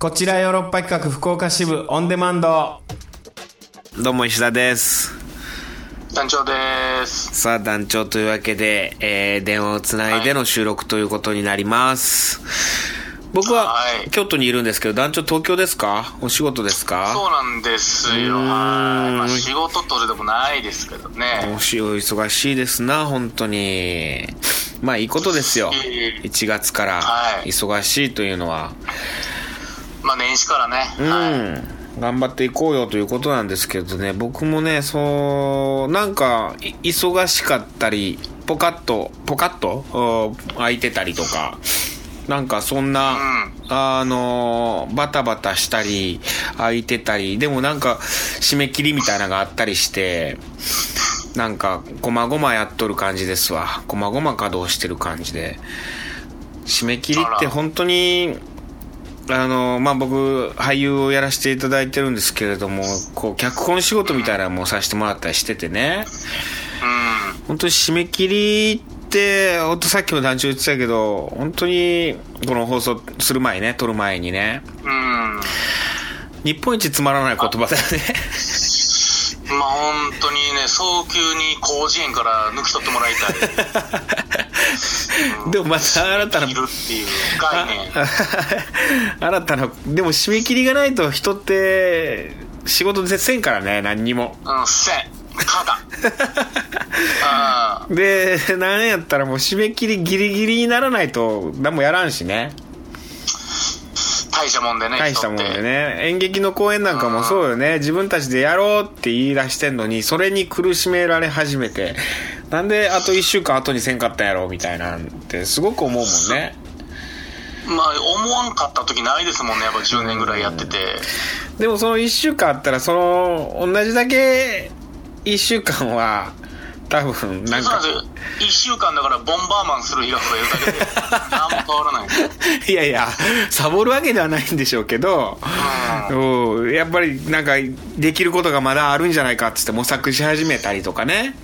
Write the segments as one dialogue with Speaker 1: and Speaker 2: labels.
Speaker 1: こちらヨーロッパ企画福岡支部オンデマンド
Speaker 2: どうも石田です
Speaker 3: 団長です。
Speaker 2: さあ団長というわけで、えー電話をつないでの収録ということになります、僕は
Speaker 3: はい
Speaker 2: 京都にいるんですけど団長東京ですかお仕事です
Speaker 3: そ
Speaker 2: か
Speaker 3: うなんです
Speaker 2: う
Speaker 3: よ。
Speaker 2: ーん
Speaker 3: はい。まあ、仕事とるでもないですけどね。
Speaker 2: おしお忙しいですな本当にまあいいことですよ
Speaker 3: ええ
Speaker 2: 1月から
Speaker 3: はい
Speaker 2: 忙しいというのは
Speaker 3: まあ、年始からね。はい。
Speaker 2: うん、頑張っていこうよということなんですけどね僕もねそうなんかい忙しかったりポカッとポカッとうん空いてたりとかなんかそんな、あのバタバタしたり空いてたりでもなんか締め切りみたいなのがあったりしてなんか細々やっとる感じですわ細々稼働してる感じで締め切りって本当にあのまあ、僕俳優をやらせていただいてるんですけれどもこう脚本仕事みたいなのもさせてもらったりしててね本当に締め切りって本当さっきも団長言ってたけど本当にこの放送する前ね撮る前にね
Speaker 3: うん。うん。
Speaker 2: 日本一つまらない言葉だよね
Speaker 3: まあ、本当にね、早急に広辞苑から抜き取ってもらいたい。
Speaker 2: でもまた新たない
Speaker 3: るっていう概 念。
Speaker 2: 新たなでも締め切りがないと人って仕事でせんからね何にも
Speaker 3: うん、せん。た だ。あ
Speaker 2: で何やったらもう締め切りギリギリにならないと何もやらんしね
Speaker 3: 大したもんでね。
Speaker 2: 大したもんで
Speaker 3: 人って。
Speaker 2: ね演劇の公演なんかもそうよね自分たちでやろうって言い出してんのにそれに苦しめられ始めてなんであと1週間後にせんかったんやろみたいなんてすごく思うもんね
Speaker 3: まあ、思わんかった時ないですもんね。やっぱ10年ぐらいやってて。
Speaker 2: でもその1週間あったらその同じだけ1週間は多分なん
Speaker 3: そうな
Speaker 2: か
Speaker 3: んですよ。一週間だからボンバーマンする日が増えるだけで、 何も変わらない。
Speaker 2: いやいやサボるわけではないんでしょうけどうんやっぱりなんかできることがまだあるんじゃないかっつって模索し始めたりとかね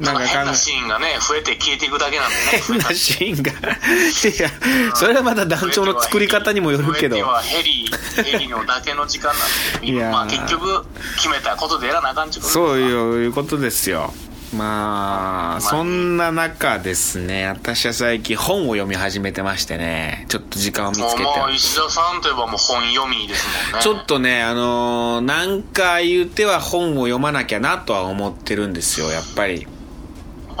Speaker 3: な
Speaker 2: なんんか
Speaker 3: か変
Speaker 2: か
Speaker 3: なシーンがね、増えて消えていくだけ なんでね。
Speaker 2: 変なシーンがいやそれはまだ団長の作り方にもよるけど
Speaker 3: 増えては ヘリ、ヘリのだけの時間なんで、
Speaker 2: いやー
Speaker 3: まあ結局、決めたことでやらなあかんちゅうこと
Speaker 2: そう
Speaker 3: う。
Speaker 2: いうことですよまあそんな中ですね私は最近本を読み始めてましてねちょっと時間を見つ
Speaker 3: も
Speaker 2: け
Speaker 3: う
Speaker 2: て
Speaker 3: もう石田さんといえばもう本読みですもんね。
Speaker 2: ちょっとねあのーなんか言うては本を読まなきゃなとは思ってるんですよやっぱりう
Speaker 3: はいは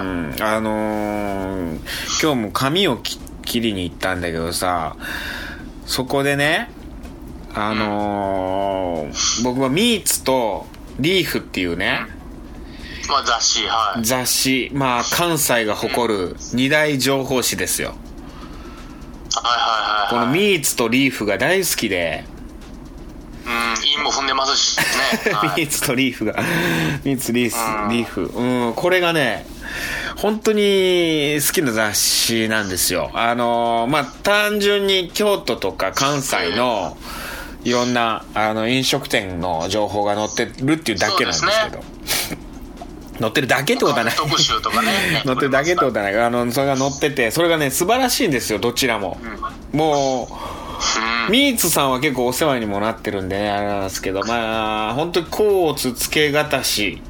Speaker 3: いはいはい。
Speaker 2: んあのー今日も髪をき切りに行ったんだけどさそこでねあのー僕はミーツとリーフっていうね
Speaker 3: まあ雑誌、はい。
Speaker 2: 雑誌まあ関西が誇る二大情報誌ですよ
Speaker 3: はいはい
Speaker 2: こ
Speaker 3: はい
Speaker 2: の
Speaker 3: はい。
Speaker 2: ミーツとリーフが大好きで
Speaker 3: うん、陰も踏んでますし ね。は
Speaker 2: ミー
Speaker 3: い、
Speaker 2: ツとリーフが、 ミーツ、リース
Speaker 3: う、ん
Speaker 2: リーフ。うん、これがね、本当に好きな雑誌なんですよ。あのー、まあ、単純に京都とか関西の、いろんな、あの、飲食店の情報が載ってるっていうだけなんですけど。 載ってるだけってことはない。
Speaker 3: 特集とかね。
Speaker 2: 乗ってるだけってことはないあのそれが乗っててそれがね素晴らしいんですよどちらも、もう、ミーツさんは結構お世話にもなってるんでねあれなんですけどまあ本当に甲乙つけがたし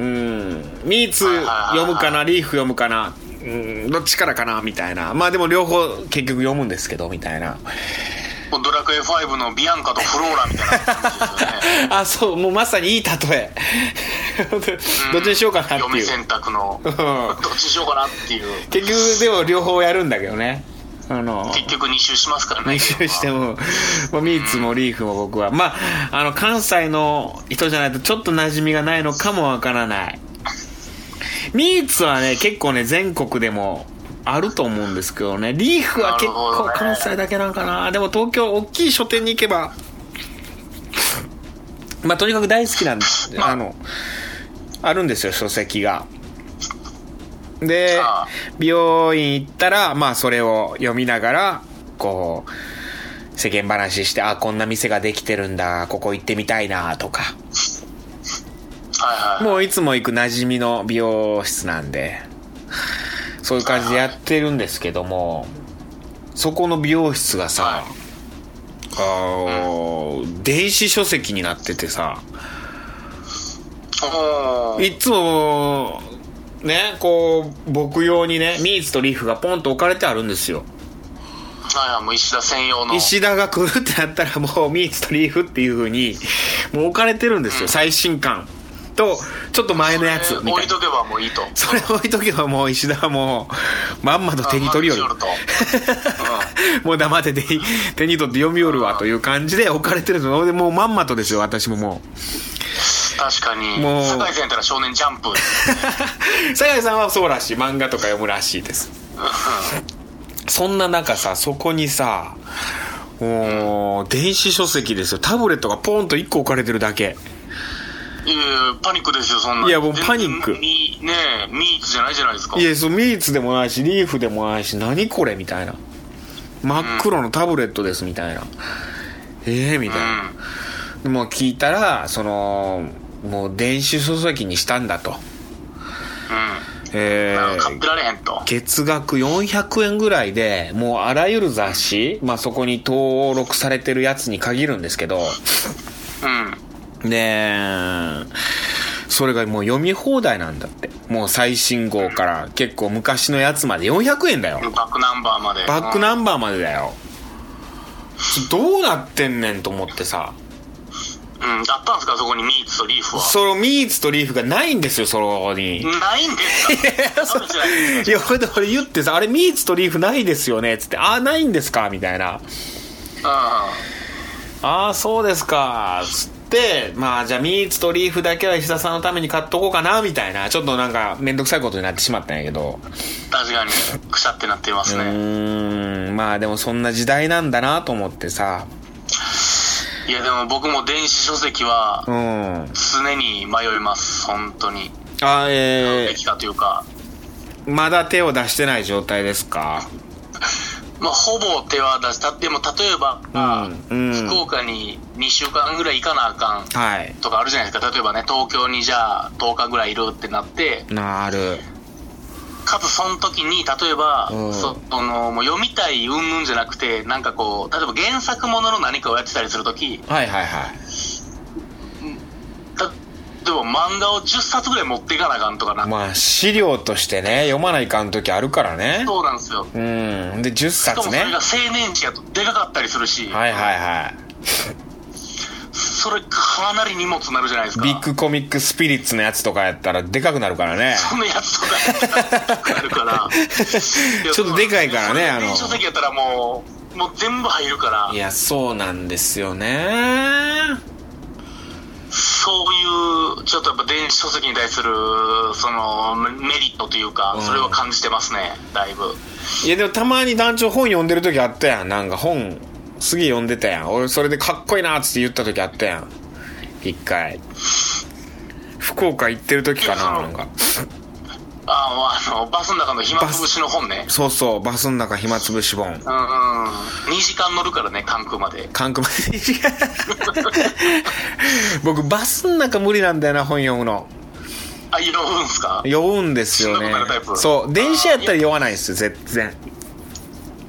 Speaker 2: うんミーツ読むかなリーフ読むかなうんどっちからかなみたいなまあでも両方結局読むんですけどみたいな
Speaker 3: もうドラクエ5のビアンカとフローラみたいな感じですよね。
Speaker 2: あそうもうまさにいい例え どっちにしようかなっていう、
Speaker 3: 嫁選択のどっちにしようかなっ ていう
Speaker 2: 結局でも両方やるんだけどねあの
Speaker 3: 結局2周しますから ね
Speaker 2: 練習しても、もうミーツもリーフも僕は。まあ、あの、関西の人じゃないとちょっと馴染みがないのかもわからない。ミーツはね、結構ね、全国でもあると思うんですけどね。リーフは結
Speaker 3: なるほ
Speaker 2: 構
Speaker 3: どね
Speaker 2: 関西だけなんかな。でも東京、大きい書店に行けば、まあ、とにかく大好きなんです。あの、あるんですよ、書籍が。で
Speaker 3: ああ、
Speaker 2: 美容院行ったら、まあ、それを読みながら、こう、世間話して、あ、こんな店ができてるんだ、ここ行ってみたいな、とか。
Speaker 3: はいはい
Speaker 2: もういつも行く馴染みの美容室なんで、そういう感じでやってるんですけども、そこの美容室がさ、
Speaker 3: はい
Speaker 2: あー電子書籍になっててさ
Speaker 3: おー
Speaker 2: いっつもねこう僕用にねミーツとリーフがポンと置かれてあるんですよ
Speaker 3: ああもう石田専用の
Speaker 2: 石田が来るってなったらもうミーツとリーフっていう風にもう置かれてるんですよ最新刊とちょっと前のやつみた
Speaker 3: 置
Speaker 2: い
Speaker 3: い
Speaker 2: な
Speaker 3: とけばもういいと
Speaker 2: それ置いとけばもう石田はもうまんまと手に取りよる
Speaker 3: まあまあ手に取るとうん
Speaker 2: もう黙って手に手に取って読みよるわという感じで置かれてるのでもうまんまとですよ私もも
Speaker 3: 確かに
Speaker 2: もう
Speaker 3: 酒井さんやったら少年ジャンプ
Speaker 2: う酒 井さんはそうらしい漫画とか読むらしいですそんな中さそこにさもう電子書籍ですよタブレットがポンと1個置かれてるだけ
Speaker 3: いやいやパニックですよそんなん
Speaker 2: いやもうパニック
Speaker 3: 全然ミねえミーツじゃないじゃないですか
Speaker 2: いやそうミーツでもないしリーフでもないし何これみたいな真っ黒のタブレットですみたいな、ええみたいな、
Speaker 3: う
Speaker 2: でも聞いたらそのもう電子書籍にしたんだとえ
Speaker 3: んうん、
Speaker 2: ー
Speaker 3: 買ってられへんと
Speaker 2: 月額400円ぐらいでもうあらゆる雑誌、まあ、そこに登録されてるやつに限るんですけど
Speaker 3: うん
Speaker 2: ねえそれがもう読み放題なんだってもう最新号から結構昔のやつまで400円だよ
Speaker 3: バックナンバーまで
Speaker 2: バックナンバーまでだよどうなってんねんと思ってさ
Speaker 3: うん、うん、あったんですかそこにミーツとリーフは
Speaker 2: そのミーツとリーフがないんですよそこに
Speaker 3: ないんですかそうじゃない
Speaker 2: いや、これで俺言ってさ、あれミーツとリーフないですよねっつって、ああ、ないんですかみたいな。ああ、そうですかつって、まあ、じゃあミーツとリーフだけは石田さんのために買っとこうかなみたいな。ちょっとなんか、めんどくさいことになってしまったんやけど。
Speaker 3: うん確かにくしゃってなってます
Speaker 2: う
Speaker 3: ね
Speaker 2: ーん、まあでもそんな時代なんだなと思ってさ。
Speaker 3: いやでも僕も電子書籍は
Speaker 2: うん。あ
Speaker 3: 常に迷います本当に
Speaker 2: ーえ
Speaker 3: できたというか
Speaker 2: ー、まだ手を出してない状態ですか
Speaker 3: まあほぼ手は出したでも例えば、
Speaker 2: うんうん
Speaker 3: 福岡に2週間ぐらい行かなあかん
Speaker 2: はい。
Speaker 3: とかあるじゃないですか例えばね東京にじゃあ10日ぐらいいるってなって
Speaker 2: なる。
Speaker 3: かつその時に例えば、
Speaker 2: うん
Speaker 3: そそのもう読みたいうんぬんじゃなくてなんかこう例えば原作ものの何かをやってたりする時
Speaker 2: はいはいはい。
Speaker 3: た例えば漫画を10冊ぐらい持っていかなあかんとかな、
Speaker 2: まあ、資料としてね、読まないかんときあるからね。
Speaker 3: そうなんですよ
Speaker 2: うん。で、10
Speaker 3: しか
Speaker 2: 冊
Speaker 3: もそ
Speaker 2: ね。
Speaker 3: れが青年期やとでかかったりするし、
Speaker 2: はいはいはい。
Speaker 3: それかなり荷物になるじゃないですか
Speaker 2: ビッグコミックスピリッツのやつとかやったらでかくなるからね。
Speaker 3: そのやつとかあるから。
Speaker 2: ちょっとでかいからねあの
Speaker 3: 電子書籍やったらもう、もう全部入るから
Speaker 2: い、や、そうなんですよね。
Speaker 3: そういう、ちょっとやっぱ電子書籍に対する、その、メメリットというか、それは感じてますね、だいぶ。
Speaker 2: いや、でもたまに団長本読んでる時あったやん。なんか本、すげえ読んでたやん。俺それでかっこいいなっつって言った時あったやん。一回。福岡行ってる時かな、なんか。
Speaker 3: ああの、バスの中の暇つぶしの本ね。
Speaker 2: そうそう、バスの中暇つぶし本。
Speaker 3: うんうん。2時間乗るからね、関空まで。
Speaker 2: 関空まで 僕、バスの中無理なんだよな、本読むの。
Speaker 3: あ、いろうんすか
Speaker 2: 酔うんですよ
Speaker 3: し
Speaker 2: ね
Speaker 3: んどくなるタイプ
Speaker 2: そう電車やったら酔わないですよ絶然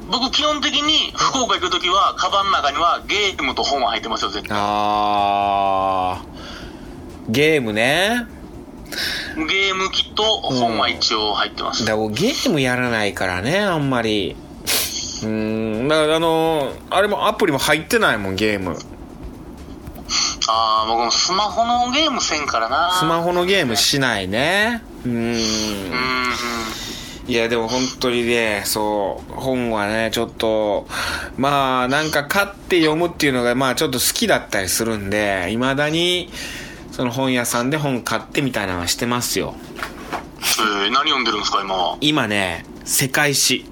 Speaker 3: 僕基本的に福岡行くときは、カバンの中にはゲームと本は入ってますよ、絶対。
Speaker 2: あーゲームね
Speaker 3: ゲーム機と本は一応入ってます。
Speaker 2: だからゲームやらないからねあんまりうーんだからあのーあれもアプリも入ってないもんゲーム
Speaker 3: ああ、僕もスマホのゲームせんからな。
Speaker 2: スマホのゲームしないねうーん
Speaker 3: うーん。
Speaker 2: いやでも本当にねそう本はねちょっとまあなんか買って読むっていうのがまあちょっと好きだったりするんでいまだにその本屋さんで本買ってみたいなのはしてますよ
Speaker 3: えー、何読んでるんですか、今は。へ
Speaker 2: 今ね世界史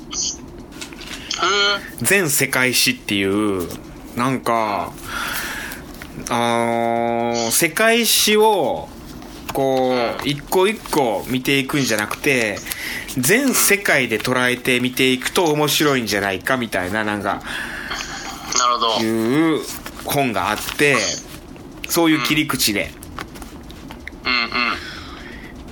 Speaker 3: え。
Speaker 2: 全世界史っていうなんかあのー世界史をこう一個一個見ていくんじゃなくて全世界で捉えて見ていくと面白いんじゃないかみたいななんか
Speaker 3: なるほど。
Speaker 2: い
Speaker 3: う
Speaker 2: う
Speaker 3: ん。
Speaker 2: 本があってそういう切り口で
Speaker 3: うん。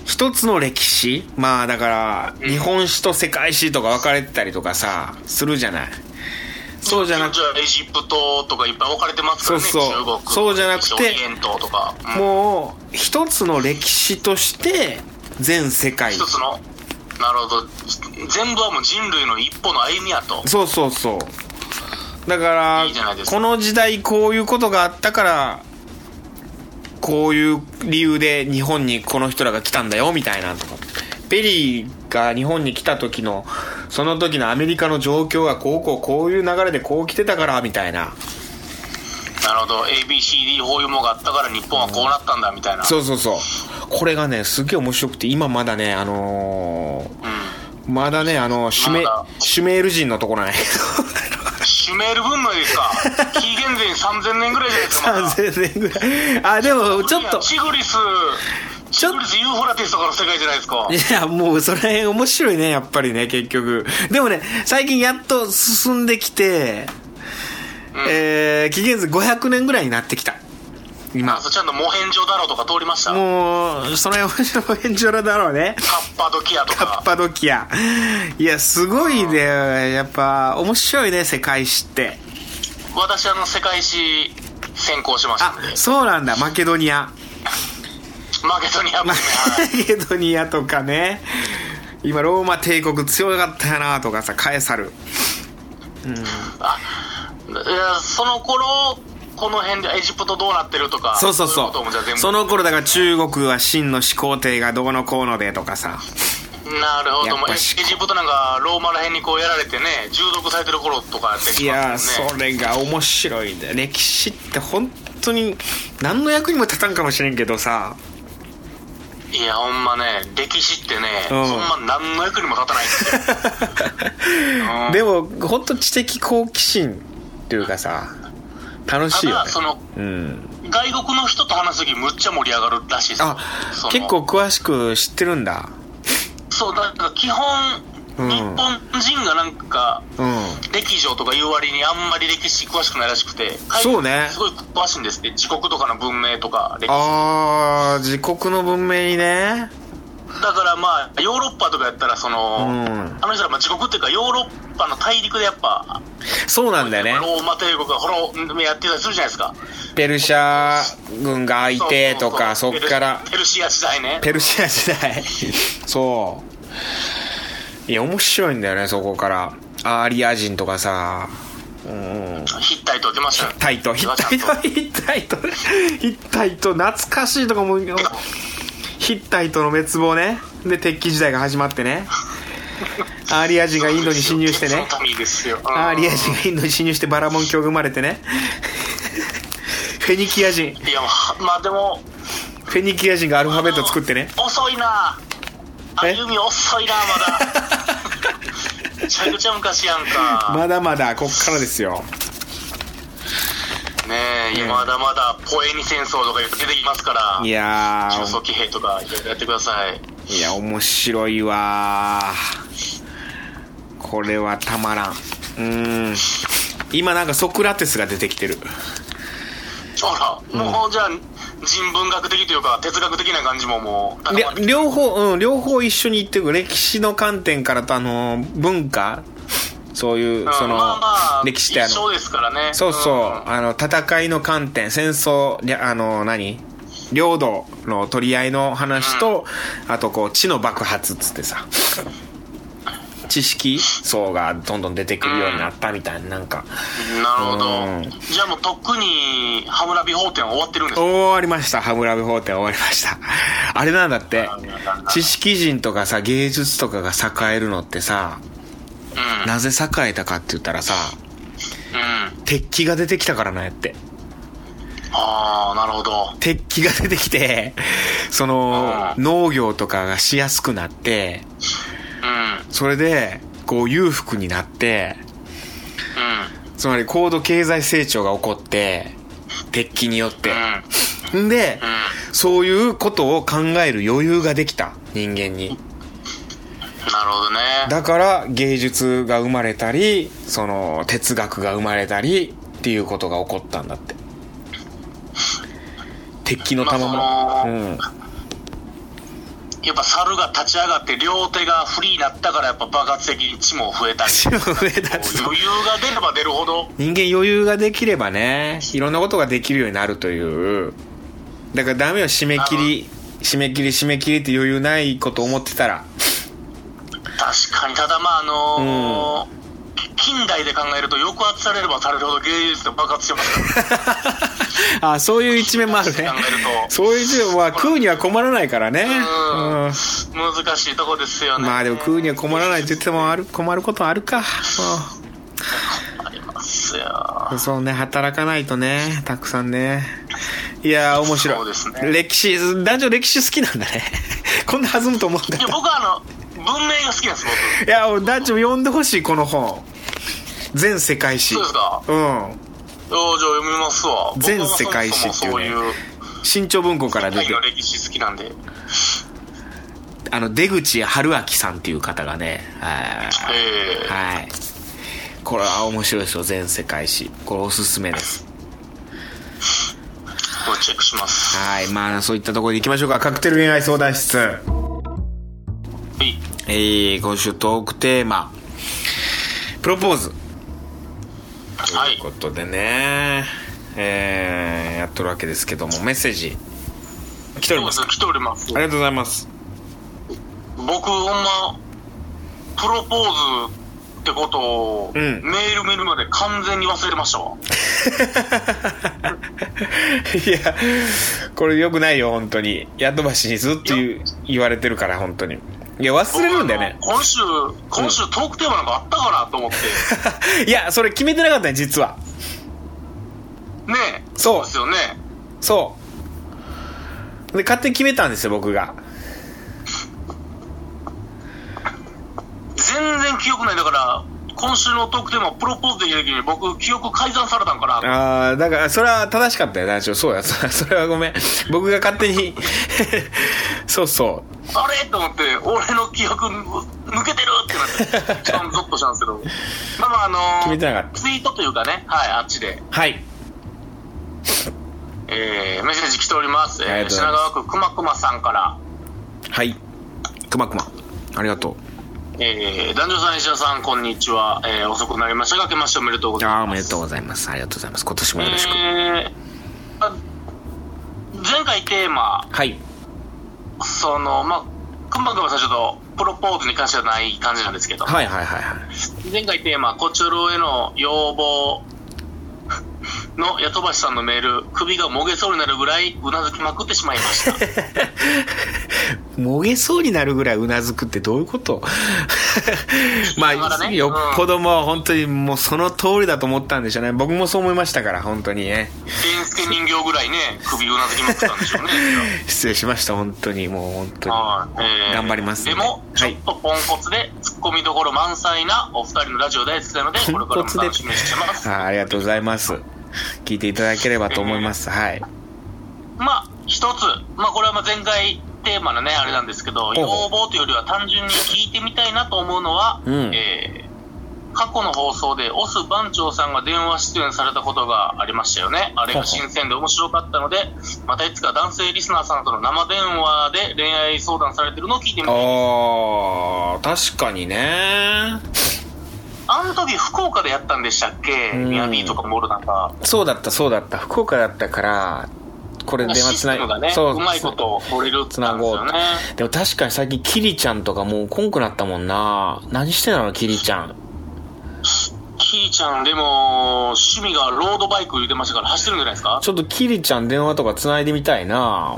Speaker 2: 一つの歴史まあだから日本史と世界史とか分かれてたりとかさするじゃないそうじゃなく
Speaker 3: じゃあエジプトとかいっぱい置かれてますからね
Speaker 2: そうそう
Speaker 3: 中国
Speaker 2: そうじゃなくて
Speaker 3: オリエントとか、うん
Speaker 2: もう一つの歴史として全世界
Speaker 3: 一つのなるほど全部はもう人類の一歩の歩みやと
Speaker 2: そうそうそうだから
Speaker 3: いいじゃないですか
Speaker 2: この時代こういうことがあったからこういう理由で日本にこの人らが来たんだよみたいなとかペリーが日本に来た時のその時のアメリカの状況がこうこうこういう流れでこう来てたからみたいな
Speaker 3: なるほど ABCD 包囲網があったから日本はこうなったんだみたいな
Speaker 2: そうそうそうこれがねすげえ面白くて今まだねあの
Speaker 3: う
Speaker 2: ー
Speaker 3: ん、
Speaker 2: まだねあのシュメ
Speaker 3: まだ
Speaker 2: シュメール人のところね
Speaker 3: シュメール文明ですか 紀元前3000年ぐらいじゃないですかまだ
Speaker 2: 3000年ぐらいあでもちょっと
Speaker 3: チグリス
Speaker 2: ち
Speaker 3: チ
Speaker 2: ょっ
Speaker 3: グリスユーフォラティスとかの世界じゃないですか
Speaker 2: いや、もうそれ面白いね、やっぱりね、結局。でもね、最近やっと進んできて、えー、紀元前500年ぐらいになってきた。今
Speaker 3: あ。そうちゃんとモヘンジョダロとか通りましたカッ
Speaker 2: もう、それ面白いんじゃろだろうね。
Speaker 3: パドキアと
Speaker 2: カッ
Speaker 3: か
Speaker 2: パドキア。いや、すごいね。やっぱ、面白いね、世界史って。
Speaker 3: 私あの世界史専攻しました
Speaker 2: あ
Speaker 3: んで、
Speaker 2: そうなんだ、マケドニア。
Speaker 3: マーケットにあっ
Speaker 2: マ
Speaker 3: て
Speaker 2: ケドニアとかね。今、ローマ帝国強かったよな、とかさ、カエサル。
Speaker 3: いやその頃この辺でエジプトどうなってるとか
Speaker 2: そうそう
Speaker 3: い
Speaker 2: そ
Speaker 3: こともじゃあ全
Speaker 2: う。
Speaker 3: 部
Speaker 2: その頃だから中国は秦の始皇帝がどうのこうのでとかさ。
Speaker 3: なるほ
Speaker 2: や
Speaker 3: ど
Speaker 2: っ
Speaker 3: もう
Speaker 2: ぱ
Speaker 3: エエ
Speaker 2: し
Speaker 3: ジプトなんかローマら辺にこうやられてね重毒されてる頃とかって
Speaker 2: い
Speaker 3: き
Speaker 2: やー、
Speaker 3: ますもんね
Speaker 2: それが面白いんだよ。歴史って本当に何の役にも立たんかもしれんけどさ。
Speaker 3: いやほんまね歴史ってね、
Speaker 2: うん
Speaker 3: ほんま何の役にも立たない ですようん
Speaker 2: でも、本当知的好奇心っていうかさ、楽したいよ
Speaker 3: だ
Speaker 2: ね。
Speaker 3: その
Speaker 2: うん。
Speaker 3: 外国の人と話す時むっちゃ盛り上がるらしいですよ
Speaker 2: あ
Speaker 3: そ、の
Speaker 2: 結構詳しく知ってるんだ。
Speaker 3: そうだから基本、
Speaker 2: うん
Speaker 3: 日本人がなんか
Speaker 2: うん。
Speaker 3: 歴史上とか言う割にあんまり歴史詳しくないらしくて
Speaker 2: そうね
Speaker 3: すごい詳しいんですって自国とかの文明とか歴史
Speaker 2: あー、自国の文明にね。
Speaker 3: だからまあヨーロッパとかやったらその、
Speaker 2: うん
Speaker 3: あの人らまあ自国っていうかヨーロッパの大陸でやっぱ、
Speaker 2: そうなんだよね。
Speaker 3: ローマ帝国がほらやってたりするじゃないですか
Speaker 2: ペルシャ軍が相手とか、そっ
Speaker 3: うう
Speaker 2: から。
Speaker 3: ペルシア時代ね
Speaker 2: ペルシア時 代そういや面白いんだよねそこからアーリア人とかさうん
Speaker 3: ヒッタイト出ましたよ
Speaker 2: タイトヒッタイトヒッタイトヒッタイト懐かしいとかもヒッタイトの滅亡ねで鉄器時代が始まってねアーリア人がインドに侵入してね
Speaker 3: その民ですようん
Speaker 2: アーリア人がインドに侵入してバラモン教が生まれてねフェニキア人
Speaker 3: いやまあまあでも
Speaker 2: フェニキア人がアルファベット作ってね
Speaker 3: 遅いな
Speaker 2: え
Speaker 3: 歩み遅いな まだめちゃくちゃ昔やんか、
Speaker 2: まだまだこっからですよ
Speaker 3: ねえ、まだまだポエニ戦争とか出てきますから
Speaker 2: いや
Speaker 3: 中
Speaker 2: ー
Speaker 3: 層騎兵とかいろいろやってください
Speaker 2: いや、面白いわーこれはたまらん。うーん。今なんかソクラテスが出てきてる。
Speaker 3: あら、もうじゃあ人文学的というか哲学的な感じももう
Speaker 2: り
Speaker 3: 高ま
Speaker 2: ゃ
Speaker 3: って
Speaker 2: 両方、うん、両方一緒に言ってく。歴史の観点からと、あのー、文化そういう、その、
Speaker 3: まあまあ
Speaker 2: 歴史ってあ
Speaker 3: 一緒
Speaker 2: の、
Speaker 3: ですからね
Speaker 2: そうそう、
Speaker 3: ん
Speaker 2: あの、戦いの観点、戦争、りゃあのー、何領土の取り合いの話と、あとこう、知の爆発っつってさ。知識層がどんどん出てくるようになったみたいな、なんか。
Speaker 3: なるほ
Speaker 2: うん
Speaker 3: どじゃあもうとっくにハムラビ法典は終わってるんです
Speaker 2: 終わりました。ハムラブ法典終わりました。あれなんだって
Speaker 3: あなんだなん、だ
Speaker 2: 知識人とかさ、芸術とかが栄えるのってさ、
Speaker 3: うん
Speaker 2: なぜ栄えたかって言ったらさ、
Speaker 3: うん
Speaker 2: 鉄器が出てきたからなんやって。
Speaker 3: ああなるほど
Speaker 2: 鉄器が出てきて、その、
Speaker 3: うん
Speaker 2: 農業とかがしやすくなって、
Speaker 3: うん
Speaker 2: それで、こう裕福になって、
Speaker 3: う
Speaker 2: つまり高度経済成長が起こって、鉄器によって
Speaker 3: んう。ん
Speaker 2: んで、
Speaker 3: う
Speaker 2: そういうことを考える余裕ができた、人間に。
Speaker 3: んなるほどね
Speaker 2: だから芸術が生まれたりその哲学が生まれたりっていうことが起こったんだって鉄器の玉も、
Speaker 3: まあその
Speaker 2: うん
Speaker 3: やっぱ猿が立ち上がって両手がフリーになったからやっぱ爆発的に血も増 えたり
Speaker 2: 血も増えたり
Speaker 3: こう余裕が出れば出るほど
Speaker 2: 人間余裕ができればねいろんなことができるようになるというだからダメよ締め切り締め切り締め切りって余裕ないこと思ってた ら
Speaker 3: 確かにただまああのー近代で考えると抑圧されればされるほど芸術が爆発してますから
Speaker 2: あそういう一面もあるね
Speaker 3: 考えると
Speaker 2: そういう一面は食うには困らないからね
Speaker 3: うん
Speaker 2: うん
Speaker 3: 難しいとこですよね
Speaker 2: まあでも食うには困らないって言っててもある困ることはあるか
Speaker 3: ありますよ
Speaker 2: うんそうね働かないとねたくさんねいやー面白い
Speaker 3: そうですね
Speaker 2: 歴史男女歴史好きなんだね こんな弾むと思うんだっ
Speaker 3: いや
Speaker 2: た
Speaker 3: 僕はあの文明が好きなんです 僕
Speaker 2: いや、俺、ダッチも読んでほしい、この本。全世界史。
Speaker 3: そうですか
Speaker 2: うん。
Speaker 3: ようじゃあ読みますわ僕は
Speaker 2: 全世界史ってい
Speaker 3: そう
Speaker 2: ね
Speaker 3: もそういう
Speaker 2: 新潮文庫から
Speaker 3: 世
Speaker 2: 出
Speaker 3: 界
Speaker 2: て
Speaker 3: の、歴史好きなんで
Speaker 2: あの、出口春明さんっていう方がね、はい。
Speaker 3: ええ
Speaker 2: はい。これは面白いですよ、全世界史。これおすすめです。
Speaker 3: これチェックします
Speaker 2: はい。まあ、そういったところで行きましょうか。カクテル恋愛相談室。
Speaker 3: はい
Speaker 2: えー、今週トークテーマ、プロポーズ。と
Speaker 3: はい
Speaker 2: いうことでね、えー、やっとるわけですけども、メッセージ、来ておりますか
Speaker 3: 来ております
Speaker 2: ありがとうございます。
Speaker 3: 僕ほんまプロポーズってことを、
Speaker 2: ん
Speaker 3: メール見るまで完全に忘れましたわ
Speaker 2: いや、これ良くないよ、本当に。ヤドバシにずっと言う言われてるから、本当に。いや、忘れるんだよね
Speaker 3: 僕。あの今週今週トークテーマなんかあったかなと思って
Speaker 2: いや、それ決めてなかったね、実は。
Speaker 3: ねえ
Speaker 2: そう
Speaker 3: ですよね
Speaker 2: そう。で、勝手に決めたんですよ、僕が。
Speaker 3: 全然記憶ないだから今週のトークテーマプロポーズできた時に僕記憶改ざんされたんかな
Speaker 2: あー、だから、それは正しかったよ、団長。そうや、そ それはごめん。僕が勝手に。 そうそ
Speaker 3: あれと思って、俺の記憶抜けてるってな って、一番ゾッとしたんですけど、まあまあ、あ
Speaker 2: 決
Speaker 3: の
Speaker 2: めてなかった
Speaker 3: ツイートというかね、はい、あっちで、
Speaker 2: う。はい。
Speaker 3: えー、メッセージ来ております。
Speaker 2: あり
Speaker 3: え
Speaker 2: が
Speaker 3: ー、
Speaker 2: とうご
Speaker 3: 品
Speaker 2: ざいます
Speaker 3: 川区くまくまさんから、
Speaker 2: はい。くまくま。ありがと
Speaker 3: えー、男女さん、石田さん、こんにちは。えー、遅くなりましたが、明けましておめでとうご
Speaker 2: う。
Speaker 3: ざい
Speaker 2: あー、お
Speaker 3: ま。
Speaker 2: めですとうございます。ありがとうございます。今年もよろしく。
Speaker 3: えーあ前回テーマ、
Speaker 2: はい。
Speaker 3: その、まあ、くまくまさんちょっと、プロポーズに関してはない感じなんですけど、
Speaker 2: はいはいはいはい。
Speaker 3: 前回テーマ「コチュロへの要望」の八飛橋さんのメール首がもげそうになるぐらいうなずきまくってしまいま した
Speaker 2: もげそうになるぐらいうなずくってどういうこと ま
Speaker 3: だから
Speaker 2: あ、
Speaker 3: ね
Speaker 2: よっぽどもう本当にもうその通りだと思ったんでしょうね。僕もそう思いましたから、本当にね。
Speaker 3: 伝助人形ぐらいね首うなずきまくったんでしょうね
Speaker 2: 失礼しました、本当に。もう本当に。
Speaker 3: はいえー
Speaker 2: 頑張りますんで
Speaker 3: でもち
Speaker 2: は
Speaker 3: ょ
Speaker 2: い
Speaker 3: っとポンコツでツッコミどころ満載なお二人のラジオ大好きなのでこれからも楽しみにしてます
Speaker 2: あありがとうございます。聞いていただければと思います。はい。
Speaker 3: まあ一つ、まあ、これはまあ前回テーマのねあれなんですけど
Speaker 2: ほう
Speaker 3: 要
Speaker 2: ほう
Speaker 3: 望というよりは単純に聞いてみたいなと思うのは、
Speaker 2: うん
Speaker 3: えー過去の放送でオス番長さんが電話出演されたことがありましたよねあれが新鮮で面白かったのでまたいつか男性リスナーさんとの生電話で恋愛相談されてるのを聞いてみたい
Speaker 2: ああ、確かにね。
Speaker 3: あの時福岡でやったんでしたっけ
Speaker 2: うん
Speaker 3: ミヤビーとかもおるなんか
Speaker 2: そうだった、そうだった。福岡だったから、これ電
Speaker 3: シ
Speaker 2: 話つ
Speaker 3: ス
Speaker 2: な
Speaker 3: テ
Speaker 2: い。
Speaker 3: ムがね
Speaker 2: そう
Speaker 3: まいことを取れるって
Speaker 2: つ
Speaker 3: 言っ
Speaker 2: な
Speaker 3: たんです
Speaker 2: ごう
Speaker 3: よね
Speaker 2: とでも確かに最近キリちゃんとかもうこんくなったもんな何してなのキリちゃん
Speaker 3: キーちゃんでも趣味がロードバイク言ってましたから走ってるんじゃないですか
Speaker 2: ちょっとキリちゃん電話とか繋いでみたいな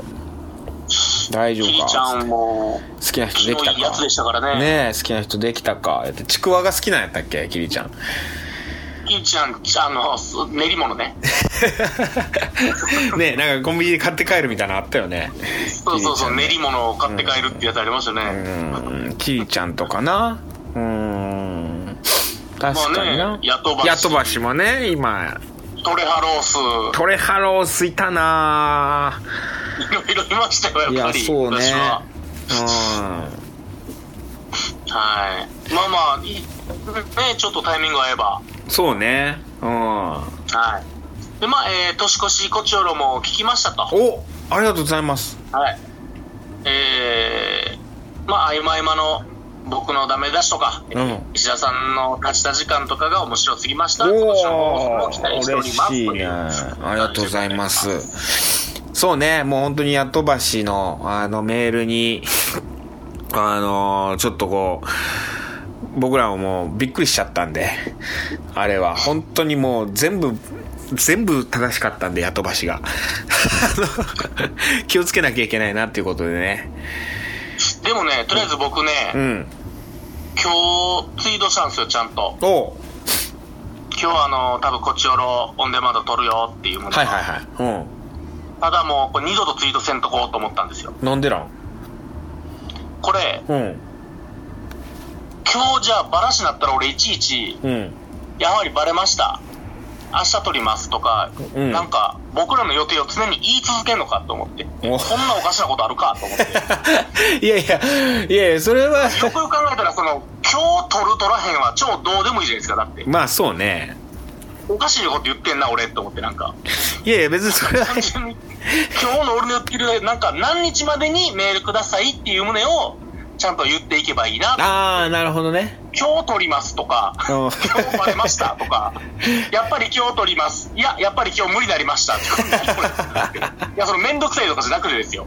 Speaker 2: 大丈
Speaker 3: キ
Speaker 2: 夫
Speaker 3: リちゃ
Speaker 2: か
Speaker 3: んも、
Speaker 2: 好きな人
Speaker 3: 気
Speaker 2: でき
Speaker 3: の
Speaker 2: た
Speaker 3: いいやつで
Speaker 2: か
Speaker 3: したから
Speaker 2: ね
Speaker 3: ね。
Speaker 2: え好きな人できたかだってちくわが好きなんやったっけキリちゃん
Speaker 3: キリちゃん、あの、す練り物 ね。
Speaker 2: ねえなんかコンビニで買って帰るみたいなのあったよね
Speaker 3: そうそうそう、練り物を買って帰るってやつありました
Speaker 2: う
Speaker 3: ね。
Speaker 2: ーんキリちゃんとかなうーん確かに
Speaker 3: ま
Speaker 2: な
Speaker 3: あね、ヤトバ
Speaker 2: や
Speaker 3: シ
Speaker 2: と、ばしもね今
Speaker 3: トレハロース、
Speaker 2: トレハロースいたない
Speaker 3: ろいろいましたよ、
Speaker 2: い
Speaker 3: やっ
Speaker 2: や
Speaker 3: ぱり。
Speaker 2: そうね
Speaker 3: 私は。
Speaker 2: うん
Speaker 3: はい。まあまあ、いね、ちょっとタイミング合えば。
Speaker 2: そうね。うん。
Speaker 3: はい。で、まあ、えー年越しコチョロも聞きましたと。
Speaker 2: おありがとうございます。
Speaker 3: はい。えーまあ、合間合間の僕のダメ出しとか、
Speaker 2: うん
Speaker 3: 石田さんの立ちた時間とかが面白すぎました。今
Speaker 2: お
Speaker 3: 年の放送も期待してお
Speaker 2: 嬉
Speaker 3: ります。
Speaker 2: しいね。ありがとうございます。そうね、もう本当にやっとばしの、あの、メールに、あの、ちょっとこう、僕らももうびっくりしちゃったんで、あれは、本当にもう全部、全部正しかったんで、やとばしが。 あの気をつけなきゃいけないなっていうことでね。
Speaker 3: でもね、とりあえず僕ね、
Speaker 2: うん。
Speaker 3: 今日ツイートしたんですよ、ちゃんと。
Speaker 2: おう
Speaker 3: 今日あの、多分こっちよろオンデマンド撮るよっていうもの。
Speaker 2: はいはいはい。
Speaker 3: ただもう、これ二度とツイートせんとこうと思ったんですよ。
Speaker 2: うん。なんでなん
Speaker 3: これ、
Speaker 2: うん。
Speaker 3: 今日じゃあバラしなったら俺いちいち、
Speaker 2: うん。
Speaker 3: やはりバレました。明日撮りますとか、
Speaker 2: うん
Speaker 3: なんか僕らの予定を常に言い続けるのかと思って、こん
Speaker 2: お
Speaker 3: なおかしなことあるかと思って、よ
Speaker 2: いやいや、いやいや、それは、
Speaker 3: くよく考えたら、その、今日撮る撮らへんは超どうでもいいじゃないですか、だって。
Speaker 2: まあそうね。
Speaker 3: おかしいこと言ってんな、俺って思って、なん か。
Speaker 2: いやいや、別に それは
Speaker 3: 単、純に、今日の俺の言ってる、なんか何日までにメールくださいっていう旨を、ちゃんと言っていけばいいな。
Speaker 2: ああ、なるほどね。
Speaker 3: 今日撮りますとか、
Speaker 2: うん
Speaker 3: 今日バレましたとか、やっぱり今日撮ります、いや、やっぱり今日無理になりました って、いや、そのめんどくさいとかじゃなくてですよ、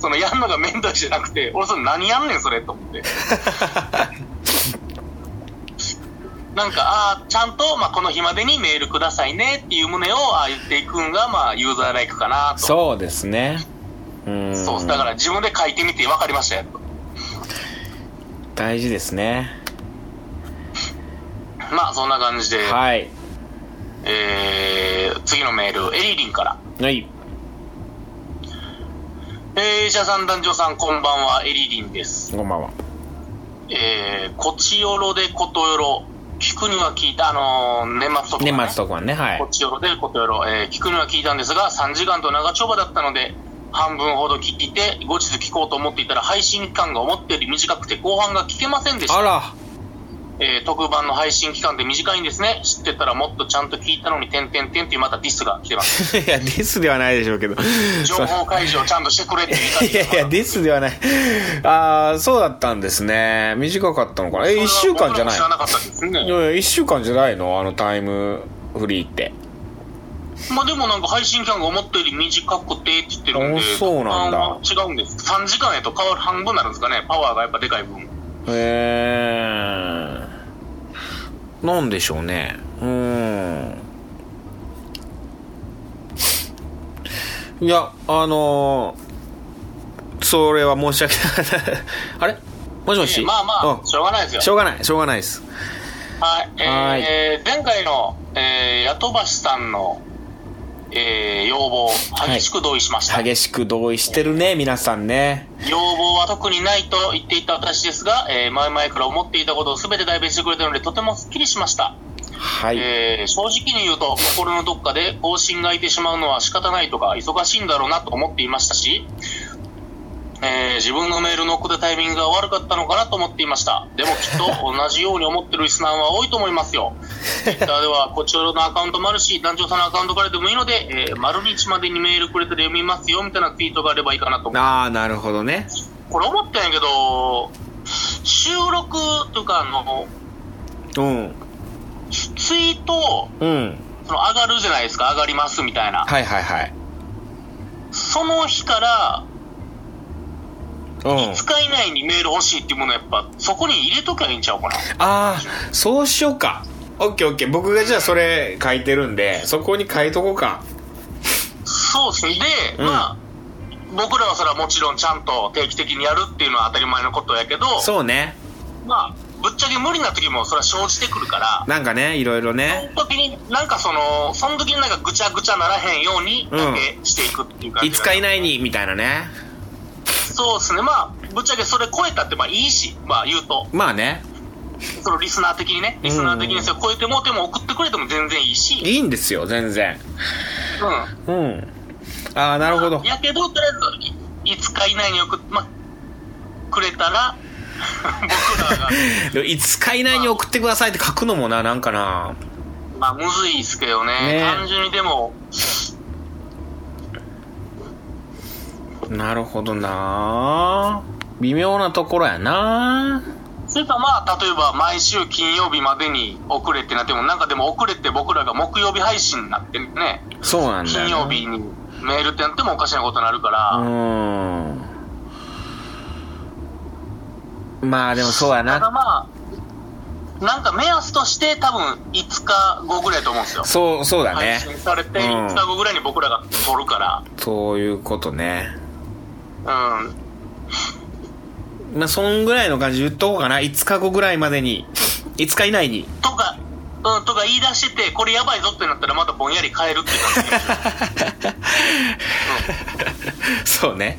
Speaker 3: そのやんのがめんどいじゃなくて、俺、それ何やんねん、それと思って。なんか、ああ、ちゃんと、まあ、この日までにメールくださいねっていう旨をああ言っていくんが、まあ、ユーザーライクかなと。
Speaker 2: そうですね。うん。
Speaker 3: そうですだから自分で書いてみて分かりましたよ。
Speaker 2: 大事ですね。
Speaker 3: まあ、そんな感じで、
Speaker 2: はい。
Speaker 3: えー、次のメール、エリリンから。
Speaker 2: はい。
Speaker 3: えー、医者さん、男女さん、こんばんは、エリリンです。
Speaker 2: こんばんは。
Speaker 3: えー、こちよろでことよろ、聞くには聞いた、あのー年末特番、
Speaker 2: 年
Speaker 3: ね。
Speaker 2: 末特番ね。はい
Speaker 3: こ。ちよろでことよろ、えー、聞くには聞いたんですが、3時間と長丁場だったので、半分ほど聞いて、後日聞こうと思っていたら、配信期間が思ったより短くて、後半が聞けませんでした
Speaker 2: あ。ら。
Speaker 3: えー特番の配信期間って短いんですね。知ってたらもっとちゃんと聞いたのに、てんてんてんっていうまたディスが来てま す。
Speaker 2: いや、ディスではないでしょうけど。
Speaker 3: 情
Speaker 2: そう
Speaker 3: 報開示をちゃんとしてくれって言いたい
Speaker 2: いやいや、ディスではない。ああ、そうだったんですね。短かったのかな。え、一週間じゃない
Speaker 3: それは僕らも知らなかったですね
Speaker 2: い。やいや、一週間じゃないのあのタイムフリーって。
Speaker 3: まあでもなんか配信期間が思ったより短くてって言ってるん
Speaker 2: あ
Speaker 3: で、
Speaker 2: そうなんだ
Speaker 3: あの違うんです。3時間やと変わる半分になるんですかね。パワーがやっぱでかい分。
Speaker 2: へえ。なんでしょうね。うーん。いや、あのーそれは申し訳ない。 あれもしもし、
Speaker 3: まあまあ、
Speaker 2: うん
Speaker 3: しょうがないですよ。
Speaker 2: しょうがない、しょうがないです。
Speaker 3: はい。
Speaker 2: はい
Speaker 3: えー、前回の、えー、ヤトバシさんの、えー、要望、
Speaker 2: い
Speaker 3: 激しく同意しました。
Speaker 2: 激しく同意してるね、皆さんね。
Speaker 3: 要望は特にないと言っていた私ですが、えー、前々から思っていたことを全て代弁してくれたので、とてもスッキリしました。
Speaker 2: はい。
Speaker 3: えー正直に言うと心のどっかで更新が空いてしまうのは仕方ないとか忙しいんだろうなと思っていましたし、えー自分のメールの送るタイミングが悪かったのかなと思っていましたでもきっと同じように思ってるリスナーは多いと思いますよ Twitter ではこちらのアカウントもあるし団長さんのアカウントからでもいいので、えー丸日までにメールくれて読みますよみたいなツイートがあればいいかなと思
Speaker 2: ああ、なるほどね。
Speaker 3: これ思ったんやけど収録というかあの
Speaker 2: うん。
Speaker 3: ツイート
Speaker 2: うん。
Speaker 3: その上がるじゃないですか上がりますみたいな
Speaker 2: はいはいはい。
Speaker 3: その日から
Speaker 2: うん。
Speaker 3: 2日以内にメール欲しいっていうものはやっぱそこに入れときゃいいんちゃうかな。
Speaker 2: ああ、そうしようか。オッケーオッケー。僕がじゃあそれ書いてるんで、そこに書いとこうか。
Speaker 3: そうですね。
Speaker 2: う
Speaker 3: で、
Speaker 2: ん
Speaker 3: まあ、僕らはそれはもちろんちゃんと定期的にやるっていうのは当たり前のことやけど、
Speaker 2: そうね。
Speaker 3: まあ、ぶっちゃけ無理な時もそれは生じてくるから、
Speaker 2: なんかね、いろいろね。
Speaker 3: その時になんかその、その時になんかぐちゃぐちゃならへんようにだけしていくっていう感じ、
Speaker 2: 5日以内に、みたいなね。
Speaker 3: そうですね。まあ、ぶっちゃけそれ超えたってまあいいし、まあ言うと、
Speaker 2: まあね。
Speaker 3: そのリスナー的にね、リスナー的にそれ超えてもうても送ってくれても全然いいし、
Speaker 2: いいんですよ、全然。
Speaker 3: うん。
Speaker 2: うん。ああ、なるほど。
Speaker 3: やけど、とりあえず、5日以内に送っ、ま、くれたら、 僕らが、
Speaker 2: 5日以内に送ってくださいって書くのもな、なんかな。
Speaker 3: まあ、むずいっすけどね。
Speaker 2: ね
Speaker 3: 単純にでも、
Speaker 2: なるほどな。微妙なところやな
Speaker 3: それかまあ、例えば毎週金曜日までに遅れってなっても、なんかでも遅れって僕らが木曜日配信になってね、
Speaker 2: そうなんだよ
Speaker 3: 金
Speaker 2: ね
Speaker 3: 曜日にメールってなってもおかしなことになるから、
Speaker 2: うんまあでもそうや
Speaker 3: ただ
Speaker 2: な
Speaker 3: まあ、なんか目安として多分5日後ぐらいだと思うんですよ。
Speaker 2: そうそうだね
Speaker 3: 配信されて
Speaker 2: うん
Speaker 3: 5日後ぐらいに僕らが撮るか
Speaker 2: そういうことね
Speaker 3: ら、うん、
Speaker 2: まあそんぐらいの感じで言っとこうかな5日後ぐらいまでに5日以内に
Speaker 3: とか、うん、とか言い出してて、これやばいぞってなったらまたぼんやり変えるってい う感じですよ
Speaker 2: そうね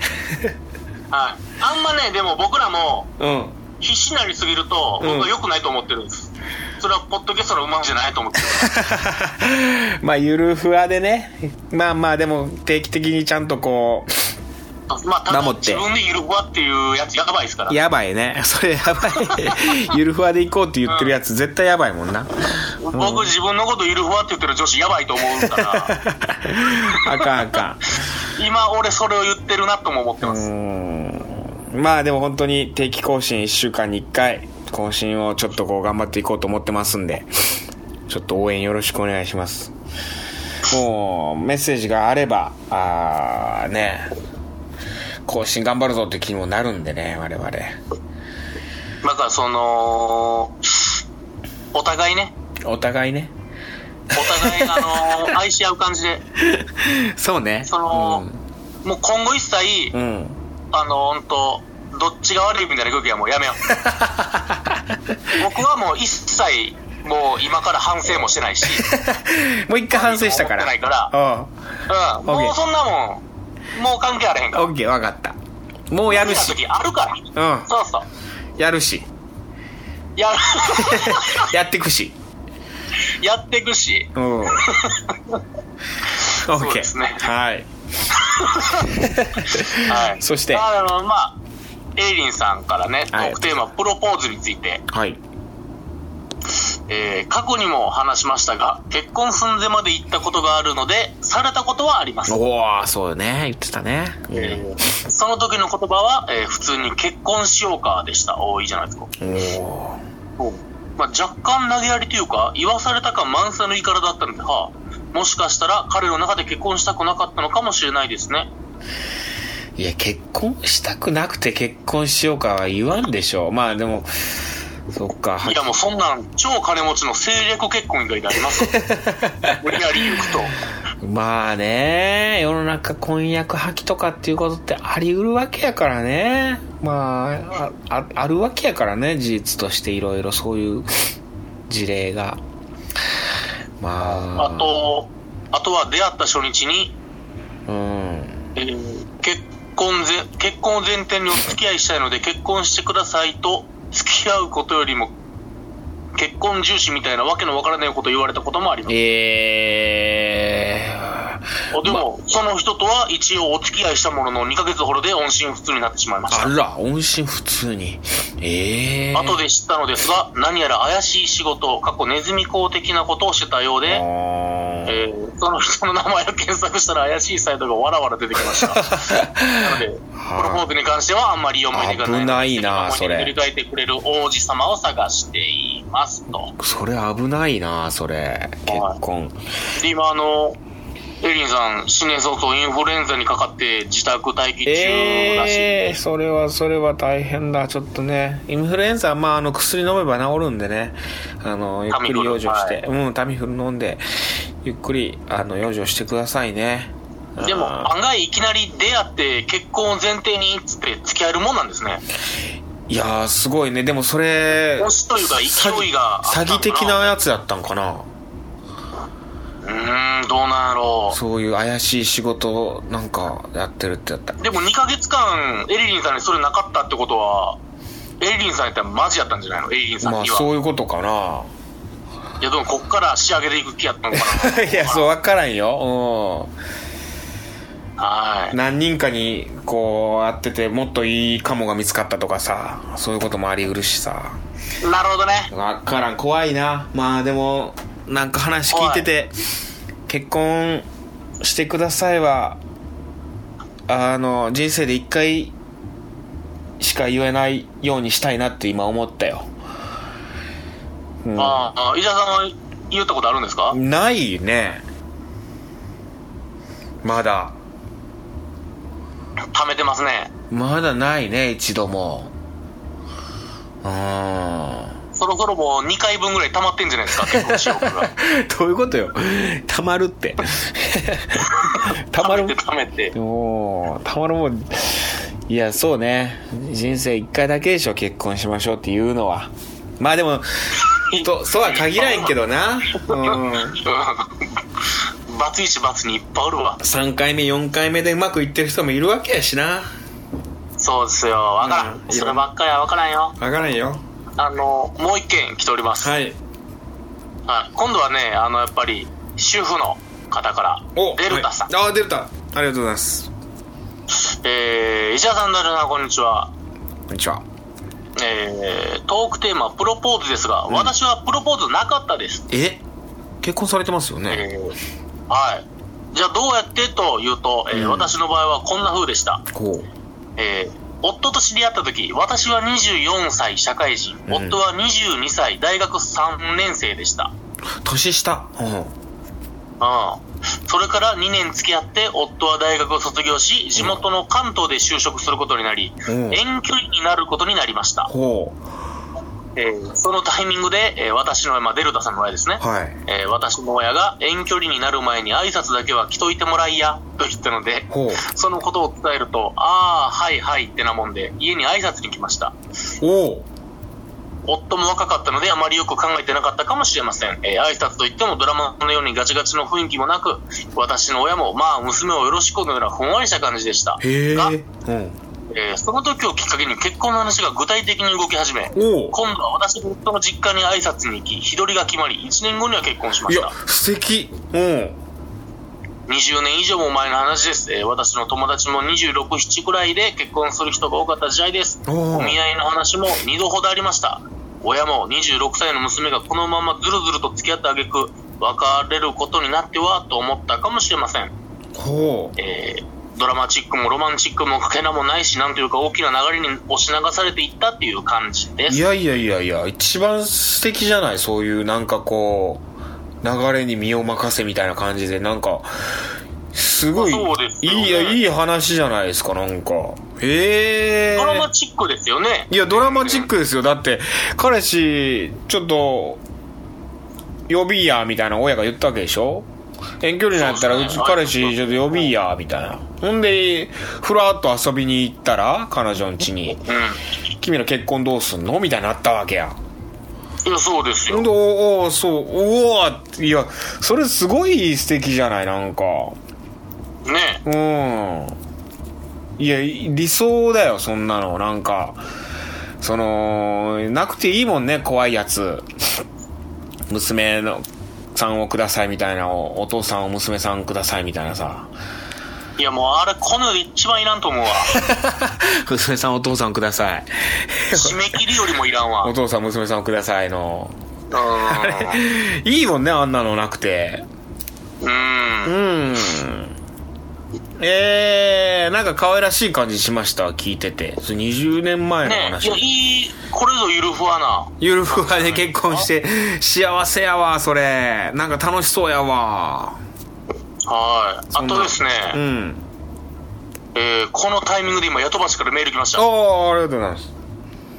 Speaker 3: はい。あんまね、でも僕らも
Speaker 2: うん
Speaker 3: 必死になりすぎると、
Speaker 2: うん
Speaker 3: 僕は良くないと思ってるんです。それはポッドキャストのうまじゃないと 思ってる。
Speaker 2: まあゆるふわでねまあまあでも定期的にちゃんとこ
Speaker 3: まあ、ただ
Speaker 2: 守って
Speaker 3: 自分でゆるふわっていうやつやばいですから。
Speaker 2: うやばいねそれやば いゆるふわで行こうって言ってるやつ絶対やばいもんな
Speaker 3: 僕自分のことゆるふわって言ってる女子やばいと思うから
Speaker 2: あかんあかん
Speaker 3: 今俺それを言ってるなとも思ってま
Speaker 2: う
Speaker 3: す、
Speaker 2: ーんまあでも本当に定期更新1週間に1回更新をちょっとこう頑張っていこうと思ってますんでちょっと応援よろしくお願いしますもうメッセージがあればあーね更新頑張るぞって気にもなるんでね我々
Speaker 3: だからそのお互いね
Speaker 2: お互いね
Speaker 3: お互いあの ー愛し合う感じで
Speaker 2: そうね
Speaker 3: その、もう今後一切、
Speaker 2: うん、うん、
Speaker 3: あの本当どっちが悪いみたいな空気はもうやめよう 僕はもう一切もう今から反省もしてないし、
Speaker 2: もう一回 反省したから
Speaker 3: 思ってないかうん、
Speaker 2: オッケー
Speaker 3: もうそんなもんもう関係あれへんか
Speaker 2: うん
Speaker 3: ら
Speaker 2: OK 分かったもうやる
Speaker 3: 見た
Speaker 2: し
Speaker 3: 時あるから
Speaker 2: うん
Speaker 3: そうそう
Speaker 2: やるし
Speaker 3: や
Speaker 2: やってくし
Speaker 3: やっていくし
Speaker 2: うん OK
Speaker 3: うですね
Speaker 2: はい
Speaker 3: はい、
Speaker 2: そして
Speaker 3: あのまあエイリンさんからね、
Speaker 2: はい
Speaker 3: トークテーマプロポーズについて、
Speaker 2: はい
Speaker 3: えー過去にも話しましたが結婚寸前まで行ったことがあるのでされたことはあります、
Speaker 2: おおそうよね言ってたね、
Speaker 3: えーその時の言葉は、えー普通に結婚しようかでした多いいじゃないですか、
Speaker 2: おお
Speaker 3: まあ、若干投げやりというか言わされた感満載の言い方だったのではあもしかしたら彼の中で結婚したくなかったのかもしれないですね
Speaker 2: いや結婚したくなくて結婚しようかは言わんでしょうまあでもそっかはい
Speaker 3: やもうそんなん超金持ちの政略結婚以外であり ます無理やり行くと
Speaker 2: まあね世の中婚約破棄とかっていうことってあり得るわけやからねまああああるわけやからね事実としていろいろそういう事例がまあ
Speaker 3: あとあとは出会った初日に、
Speaker 2: うん
Speaker 3: えー結婚ぜ結婚を前提にお付き合いしたいので結婚してくださいと付き合うことよりも結婚重視みたいなわけのわからないことを言われたこともあります
Speaker 2: えー、
Speaker 3: あでも、その人とは一応お付き合いしたものの2ヶ月ほどで音信不通になってしまいました
Speaker 2: あら音信不通にええー、
Speaker 3: 後で知ったのですが何やら怪しい仕事過去ネズミ講的なことをしてたようで
Speaker 2: あー
Speaker 3: えーその 人の名前を検索したら怪しいサイトがわらわら出てきました。なので、プロポーズに関してはあんまり思い出がない。
Speaker 2: 危ないな
Speaker 3: 思出
Speaker 2: それ
Speaker 3: を塗り替えてくれる王子様を探していますと。
Speaker 2: それ危ないなそれ結婚
Speaker 3: で、今、あの、エリンさん、新年早々インフルエンザにかかって自宅待機中らしい。
Speaker 2: ええー、それはそれは大変だちょっとねインフルエンザはまああの薬飲めば治るんでねあのゆっくり養生して
Speaker 3: タミ
Speaker 2: うんタミフル飲んでゆっくりあの養生してくださいね
Speaker 3: でも、
Speaker 2: あー
Speaker 3: 案外いきなり出会って結婚を前提にっつって付き合えるもんなんですね。
Speaker 2: いやーすごいねでもそれ
Speaker 3: 押しというか勢いがあった
Speaker 2: 詐
Speaker 3: のかな
Speaker 2: 欺的なやつだったんかな
Speaker 3: うーん、どうなんやろう。
Speaker 2: そういう怪しい仕事なんかやってるってやった
Speaker 3: でも2ヶ月間、エリリンさんにそれなかったってことは、エリリンさんやったらマジやったんじゃないのエリリンさん
Speaker 2: まあ
Speaker 3: には。
Speaker 2: そういうことかな
Speaker 3: いや、でもこっから仕上げていく気やったのかな。
Speaker 2: いやそう分からんようん
Speaker 3: はい。
Speaker 2: 何人かにこう会っててもっといいカモが見つかったとかさそういうこともありうるしさ
Speaker 3: なるほどね。
Speaker 2: 分からん怖いなまあでもなんか話聞いてて結婚してくださいはあの人生で一回しか言えないようにしたいなって今思ったよ。うん
Speaker 3: ああ、伊沢さんは言ったことあるんですか
Speaker 2: ないね。まだ。
Speaker 3: 貯めてますね。
Speaker 2: まだないね、一度も。うーん。
Speaker 3: そろそろもう2回分ぐらい溜まってんじゃないですか、結婚しようが。
Speaker 2: どういうことよ。たまるって。 たまる
Speaker 3: 貯めて貯めて。
Speaker 2: もう、たまるもん。いや、そうね。人生一回だけでしょ、結婚しましょうっていうのは。まあでも、と、そうは限らんけどな。うん。
Speaker 3: うんバツ1、バツ2いっぱいおるわ。
Speaker 2: 3回目、4回目でうまくいってる人もいるわけやしな。
Speaker 3: そうですよ。わから。
Speaker 2: うんん
Speaker 3: そればっかりはわからんよ。
Speaker 2: わからんよ。
Speaker 3: あの、もう一件来ております。はい。
Speaker 2: はい。
Speaker 3: 今度はね、あの、やっぱり、主婦の方から、
Speaker 2: お
Speaker 3: デルタさん。
Speaker 2: はいあ、デルタ。ありがとうございます。
Speaker 3: えー、石田さん、なるな、こんにちは。
Speaker 2: こんにちは。
Speaker 3: えー、トークテーマ、プロポーズですが、私はプロポーズなかったです。
Speaker 2: え結婚されてますよね。
Speaker 3: えーはい。じゃあどうやってというと、えー私の場合はこんな風でした。
Speaker 2: こ
Speaker 3: えー夫と知り合った時、私は24歳社会人、
Speaker 2: うん
Speaker 3: 夫は22歳大学3年生でした。
Speaker 2: う。年下。うん。
Speaker 3: うん。それから2年付き合って、夫は大学を卒業し、地元の関東で就職することになり、
Speaker 2: うん
Speaker 3: 遠距離になることになりました。
Speaker 2: ほ
Speaker 3: えーそのタイミングで、えー私の親、まあ、デルタさんの親ですね。
Speaker 2: う。はい。
Speaker 3: えー私の親が遠距離になる前に挨拶だけは来といてもらいや、と言ったので、
Speaker 2: ほう。
Speaker 3: そのことを伝えると、ああ、はいはいってなもんで、家に挨拶に来ました。
Speaker 2: おう。
Speaker 3: 夫も若かったので、あまりよく考えてなかったかもしれません。えー挨拶といってもドラマのようにガチガチの雰囲気もなく、私の親も、まあ、娘をよろしくのようなふんわりした感じでした。
Speaker 2: へえ。
Speaker 3: が、
Speaker 2: うん。
Speaker 3: えーその時をきっかけに結婚の話が具体的に動き始め、
Speaker 2: おう。
Speaker 3: 今度は私の夫の実家に挨拶に行き、日取りが決まり、1年後には結婚しま
Speaker 2: い
Speaker 3: し
Speaker 2: や
Speaker 3: た。、
Speaker 2: 素敵。 うん。
Speaker 3: 20年以上も前の話です、えー私の友達も26、7くらいで結婚する人が多かった時代です
Speaker 2: おー
Speaker 3: お見合いの話も2度ほどありました親も26歳の娘がこのままずるずると付き合った挙句別れることになってはと思ったかもしれません、
Speaker 2: ほう。
Speaker 3: えードラマチックもロマンチックもかけらもないしなんというか大きな流れに押し流されていったっていう感じで
Speaker 2: い
Speaker 3: す
Speaker 2: やいやいやいや、一番素敵じゃないそういう、なんかこう、流れに身を任せみたいな感じで、なんか、すごい、
Speaker 3: そうです
Speaker 2: い
Speaker 3: よね
Speaker 2: いや、いい話じゃないですか、なんか。へえ。
Speaker 3: ドラマチックですよね
Speaker 2: いや、ドラマチックですよ。だって、彼氏、ちょっと、呼びや、みたいな親が言ったわけでしょ遠距離になったら、
Speaker 3: そう
Speaker 2: う
Speaker 3: です
Speaker 2: ち
Speaker 3: ね
Speaker 2: 彼氏、ちょっと呼びや、みたいな。ほんで、ふらっと遊びに行ったら、彼女の家に、
Speaker 3: うん
Speaker 2: 君ら結婚どうすんのみたいになったわけや。
Speaker 3: いやそうです
Speaker 2: ほ
Speaker 3: よ
Speaker 2: んで、おおそう、おおいや、それすごい素敵じゃない、なんか。
Speaker 3: ね
Speaker 2: うん。いや、理想だよ、そんなの。なんか、その、なくていいもんね、怖いやつ。娘の、さんをくださいみたいなおお父さんを娘さんくださいみたいなさ
Speaker 3: いやもうあれこの世で一番いらんと思うわ
Speaker 2: 娘 さんお父さんください
Speaker 3: 締め切りよりもいらん わ
Speaker 2: お父さん娘さんくださいの
Speaker 3: うん
Speaker 2: いいもんねあんなのなくて
Speaker 3: う
Speaker 2: う。
Speaker 3: ん
Speaker 2: んえー、なんか可愛らしい感じしました聞いててそれ20年前の
Speaker 3: ね
Speaker 2: 話
Speaker 3: いや、いい、これぞゆるふわな。
Speaker 2: ゆるふわで結婚して、幸せやわ、それ。なんか楽しそうやわ。
Speaker 3: はい。
Speaker 2: ん
Speaker 3: あ
Speaker 2: な
Speaker 3: とですね、
Speaker 2: うん。
Speaker 3: えーこのタイミングで今、ヤトバシからメール来ました。
Speaker 2: おー、ありがとうございます。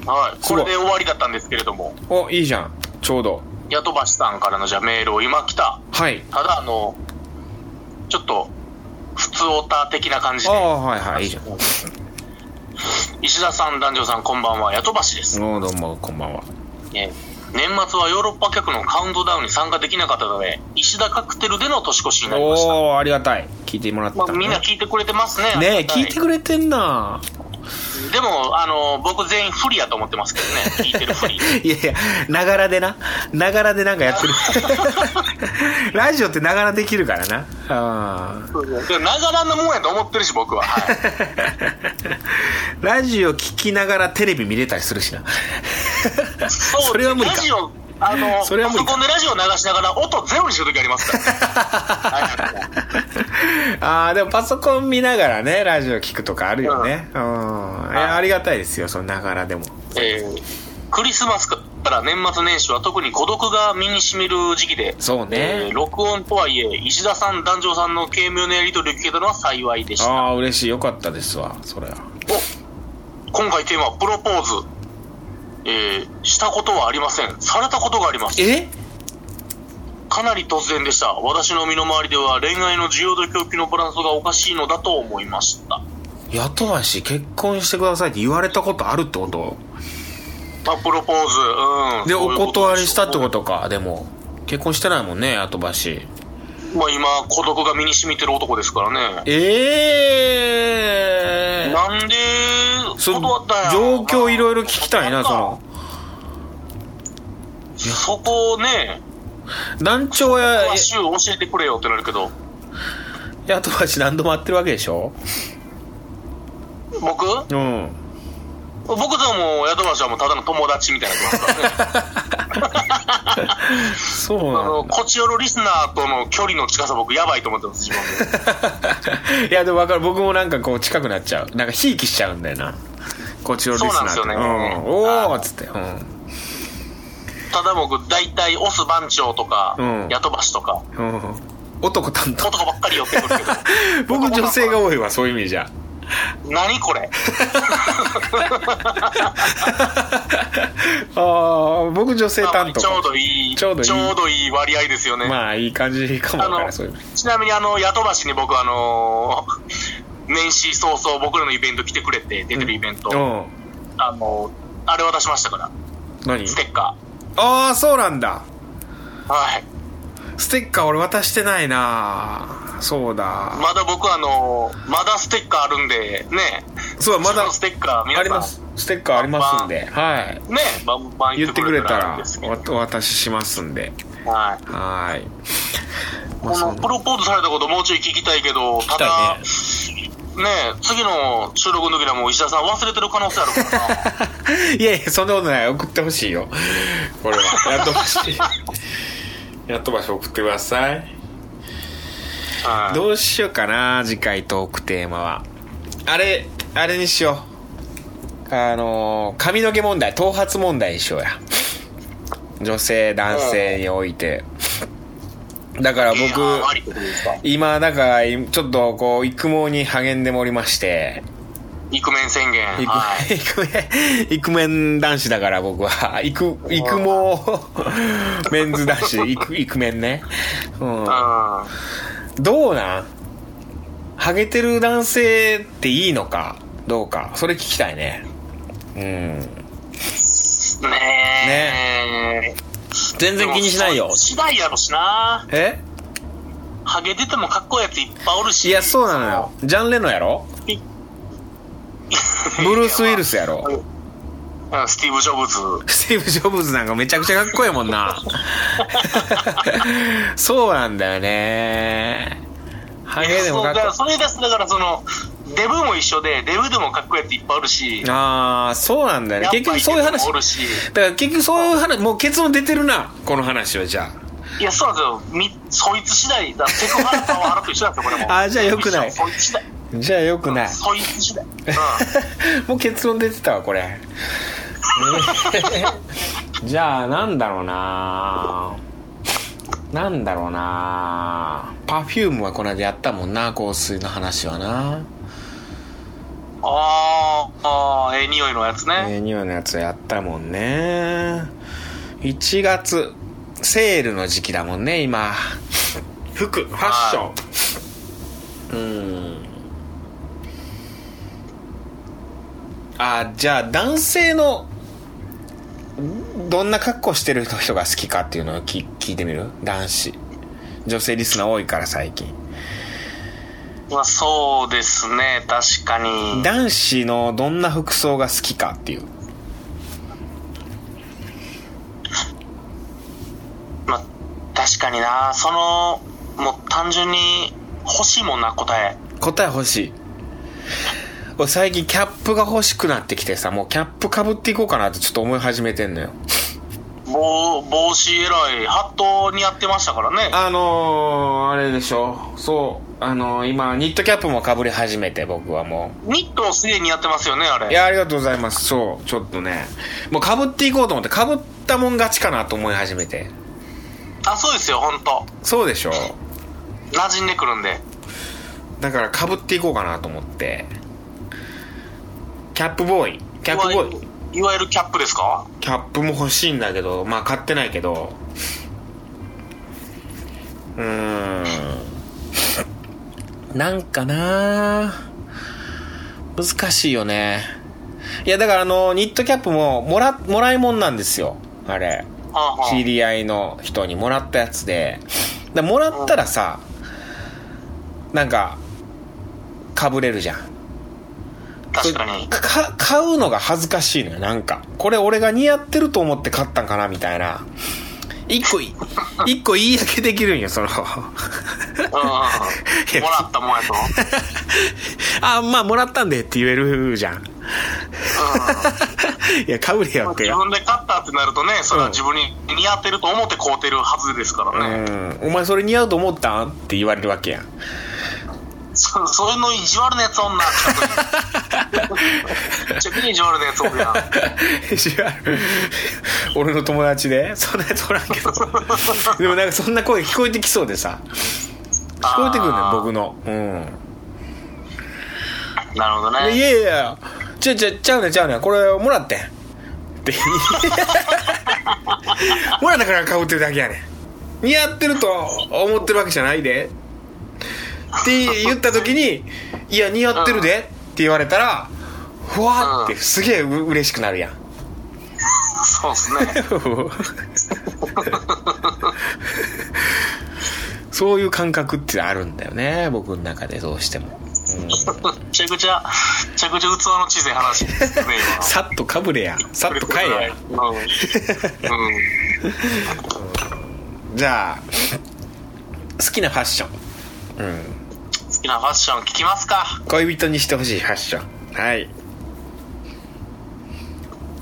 Speaker 3: はい。
Speaker 2: す
Speaker 3: こ
Speaker 2: ごい
Speaker 3: れで終わりだったんですけれども、
Speaker 2: お、いいじゃん。ちょうど。
Speaker 3: ヤトバシさんからのじゃあメールを今来た。
Speaker 2: はい。
Speaker 3: ただ、あの、ちょっと、普通オタ的な感じ
Speaker 2: あ
Speaker 3: で、
Speaker 2: あ、はいはい、いいじゃん。お
Speaker 3: 石田さん、男女さん、こんばんは、ヤトバシです。
Speaker 2: ー、どうも、こんばんは。
Speaker 3: えー年末はヨーロッパ客のカウントダウンに参加できなかったため、石田カクテルでの年越しになりました。
Speaker 2: おー、ありがたい。聞いてもらった
Speaker 3: ま
Speaker 2: の
Speaker 3: あ、
Speaker 2: ね。
Speaker 3: みんな聞いてくれてますね。
Speaker 2: ね
Speaker 3: あ
Speaker 2: え、
Speaker 3: りがた
Speaker 2: 聞いてくれてんな。
Speaker 3: でも、あの、僕全員不利やと思ってますけどね。聞いてる不利。
Speaker 2: いやいや、ながらでな。ながらでなんか やってる。ラジオってながらできるからな。あー
Speaker 3: でもながらのもんやと思ってるし、僕は。 はい
Speaker 2: ラジオ聞きながらテレビ見れたりするしな。
Speaker 3: そう
Speaker 2: それは無理か
Speaker 3: ラジオ、あの、
Speaker 2: それは無理か
Speaker 3: パソコンでラジオ流しながら音ゼロにするときありますから。はい
Speaker 2: ああ、でもパソコン見ながらね、ラジオ聞くとかあるよね。うん。いやありがたいですよ、そのながらでも。
Speaker 3: えークリスマスから年末年始は特に孤独が身にしみる時期で、
Speaker 2: そうね
Speaker 3: えー録音とはいえ、石田さん、壇上さんの軽妙なやり取りを聞けたのは幸いでした。
Speaker 2: ああ、嬉しい。よかったですわ、それは。
Speaker 3: お今回テーマはプロポーズ。えーしたことはありません。されたことがあります。
Speaker 2: え
Speaker 3: かなり突然でした。私の身の回りでは恋愛の需要と供給のバランスがおかしいのだと思いました。
Speaker 2: やっとだし、結婚してくださいって言われたことあるってこと
Speaker 3: まあ、プロポーズ、うん。
Speaker 2: で、
Speaker 3: そう
Speaker 2: お
Speaker 3: いうと
Speaker 2: 断りしたってことか、でも。結婚してないもんね、後ばし。
Speaker 3: まあ、今、孤独が身に染みてる男ですからね。
Speaker 2: ええー。
Speaker 3: なんで、
Speaker 2: そ
Speaker 3: 断ったんや
Speaker 2: 状況いろいろ聞きたいな、その。
Speaker 3: そこをね、
Speaker 2: 団長や、
Speaker 3: まあ、週教えてくれよってなるけど、
Speaker 2: や後ばし何度も会ってるわけでしょ
Speaker 3: 僕
Speaker 2: うん。
Speaker 3: 僕とも、宿橋はもうただの友達みたいになってますからね。
Speaker 2: そう
Speaker 3: あ
Speaker 2: な
Speaker 3: の、
Speaker 2: んだ。
Speaker 3: こちよろリスナーとの距離の近さ僕やばいと思ってます、自分
Speaker 2: い
Speaker 3: で。
Speaker 2: や、でも分かる。僕もなんかこう近くなっちゃう。なんかひいきしちゃうんだよな。こっちのリスナーって
Speaker 3: そうなんですよね
Speaker 2: うん。おーっつって。うん。
Speaker 3: ただ僕、大体、オス番長とか、
Speaker 2: うん
Speaker 3: ヤトバシとか、
Speaker 2: うん。男担当。
Speaker 3: 男ばっかり寄ってくるけど、
Speaker 2: 僕女性が多いわ、そういう意味じゃ。
Speaker 3: 何これ
Speaker 2: ああ、僕女性担当
Speaker 3: ち
Speaker 2: か
Speaker 3: ょ
Speaker 2: も
Speaker 3: う。どいい、
Speaker 2: ちょうどいい
Speaker 3: い割合ですよね。
Speaker 2: まあ、いい感じかも
Speaker 3: あ
Speaker 2: わから
Speaker 3: の
Speaker 2: ん、そういう意味。
Speaker 3: ちなみにあの、ヤトバシに僕あのー年始早々僕らのイベント来てくれて、出てるイベント、
Speaker 2: うん。
Speaker 3: あのーあれ渡しましたから、
Speaker 2: 何
Speaker 3: ステッカ
Speaker 2: ああ、そうなんだ。
Speaker 3: ー。はい。
Speaker 2: ステッカー俺渡してないなそうだ。
Speaker 3: まだ僕あのーまだステッカーあるんで、ね、
Speaker 2: そうだ、まだ
Speaker 3: その、ステッカー皆
Speaker 2: あ
Speaker 3: さん、
Speaker 2: ります。ステッカーありますんで。はい。
Speaker 3: ね、バンバン
Speaker 2: 言ってくれた
Speaker 3: いいん
Speaker 2: ら
Speaker 3: ですけど
Speaker 2: おお渡ししますんで
Speaker 3: はい。
Speaker 2: はーい、まあ
Speaker 3: こ
Speaker 2: そ
Speaker 3: の
Speaker 2: ん
Speaker 3: プロポーズされたこともうちょい聞きたいけど、た
Speaker 2: たい
Speaker 3: だ、
Speaker 2: ね
Speaker 3: ね次の収録の時にはもう石田さん忘れてる可能性あるから な。
Speaker 2: いやいやそんなことない送ってほしいよこれ はやっとばしやっとばし送ってください
Speaker 3: はい
Speaker 2: どうしようかな次回トークテーマはあれあれにしようあのー髪の毛問題頭髪問題にしようや女性男性においてだから
Speaker 3: い
Speaker 2: 僕
Speaker 3: やありってことですか
Speaker 2: 今だからいちょっとこう育毛に励んでもおりまして
Speaker 3: イクメン宣言。
Speaker 2: イク
Speaker 3: はい。
Speaker 2: イクメン、イクメン男子だから僕は。イク、イクも、メンズ男子、イク、イクメンね。うん
Speaker 3: う。ん。
Speaker 2: どうなんハゲてる男性っていいのかどうか。それ聞きたいね。うん。
Speaker 3: ねえ。
Speaker 2: 全然気にしないよ
Speaker 3: でも。しないやろしな。
Speaker 2: え
Speaker 3: ハゲ出てもかっこいいやついっぱいおるし。
Speaker 2: いや、そうなの よ。ジャンレノやろ
Speaker 3: い。
Speaker 2: ブルース・ウィルスやろ
Speaker 3: うん。スティーブ・ジョブズ。
Speaker 2: スティーブ・ジョブズなんかめちゃくちゃかっこいいもん な。そうなんだよね。ハゲでもかっこ
Speaker 3: そうだか
Speaker 2: いい
Speaker 3: ら。それですだからその、デブも一緒で、デブでもかっこいいやついっぱいおるし。
Speaker 2: ああ、そうなんだよね。結局そういう
Speaker 3: やっぱイケ
Speaker 2: 話。
Speaker 3: メンもお
Speaker 2: だ
Speaker 3: るし。
Speaker 2: から結局そういう話、もう結論出てるな。この話はじゃ
Speaker 3: いや、そうなんですよ。み、そいつ次第だ。セクハラパワハラと一緒なんですよ、これも。
Speaker 2: あーじゃあ良くない
Speaker 3: 一緒そいつ次第。
Speaker 2: あ。じゃあよくない。
Speaker 3: そいつ次第。う ん。
Speaker 2: もう結論出てたわ、これ。ね じゃあ、なんだろうななんだろうなパフュームはこの間やったもんな、香水の話はな。
Speaker 3: あーあー、ええ匂いのやつね。
Speaker 2: えー、ニューのやつやったもんね1月セールの時期だもんね今服ファッションうんあじゃあ男性のどんな格好してる人が好きかっていうのを聞聞いてみる男子女性リスナー多いから最近
Speaker 3: まあ、そうですね、確かに。
Speaker 2: 男子のどんな服装が好きかっていう
Speaker 3: まあ、確かにな、その、もう単純に欲しいもんな、答え。
Speaker 2: 答え欲しい俺最近キャップが欲しくなってきてさもうキャップかぶっていこうかなってちょっと思い始めてんのよ
Speaker 3: う帽帽子えらい、ハット似合ってましたからね。
Speaker 2: あのー、あれでしょそうあのー、今ニットキャップもかぶり始めて僕はも
Speaker 3: ニットすげえ似合ってますよね、あ
Speaker 2: う
Speaker 3: れ。
Speaker 2: いやありがとうございますそうちょっとねもうかぶっていこうと思ってかぶったもん勝ちかなと思い始めて
Speaker 3: あ、そうですよ、ほんと。
Speaker 2: そうでしょ
Speaker 3: 馴染んでくるんで。
Speaker 2: だからかぶっていこうかなと思ってキャップボーイキャップボーイ
Speaker 3: いわゆるキャップですか
Speaker 2: キャップも欲しいんだけどまあ買ってないけどうーんなんかな難しいよねいやだからあのニットキャップももらもらいもんなんですよあれ
Speaker 3: はあはあ
Speaker 2: 知り合いの人にもらったやつでだもらったらさなんかかぶれるじゃん
Speaker 3: 確かに。
Speaker 2: か買うのが恥ずかしいのよなんかこれ俺が似合ってると思って買ったんかなみたいな一個い一個言い訳できるんよその
Speaker 3: うんうんうん。もらったもんやと。
Speaker 2: あまあもらったんでって言えるじゃん
Speaker 3: うん
Speaker 2: いやかぶれよって
Speaker 3: 自分で買ったってなるとね、それは自分に似合ってると思って買うてるはずですからね。
Speaker 2: うんお前それ似合うと思ったんって言われるわけやん
Speaker 3: そそれの意地悪なやつ女。めっちゃくちゃ意地悪なやつお るやん。
Speaker 2: 知らん俺の友達でそんなやつおらんけど でもなんかそんな声聞こえてきそうでさ聞こえてくるね
Speaker 3: あー
Speaker 2: 僕のうん
Speaker 3: なるほど
Speaker 2: い
Speaker 3: ね。
Speaker 2: やいやいやちゃうちゃうちゃうねんちゃうねんこれもらってんって もらったからかぶってるだけやねん似合ってると思ってるわけじゃないでって言った時に「いや似合ってるで」って言われたらふわーって
Speaker 3: うん
Speaker 2: すげえう嬉しくなるやん
Speaker 3: そうですね。
Speaker 2: そういう感覚ってあるんだよね僕の中でどうしても、うん
Speaker 3: めちゃくちゃ、めちゃくちゃ器の小さい話ですね、今。
Speaker 2: さっとかぶれやさっと帰れや
Speaker 3: うん。うん
Speaker 2: じゃあ好きなファッション、うん、
Speaker 3: 好きなファッション聞きますか。
Speaker 2: 恋人にしてほしいファッションはい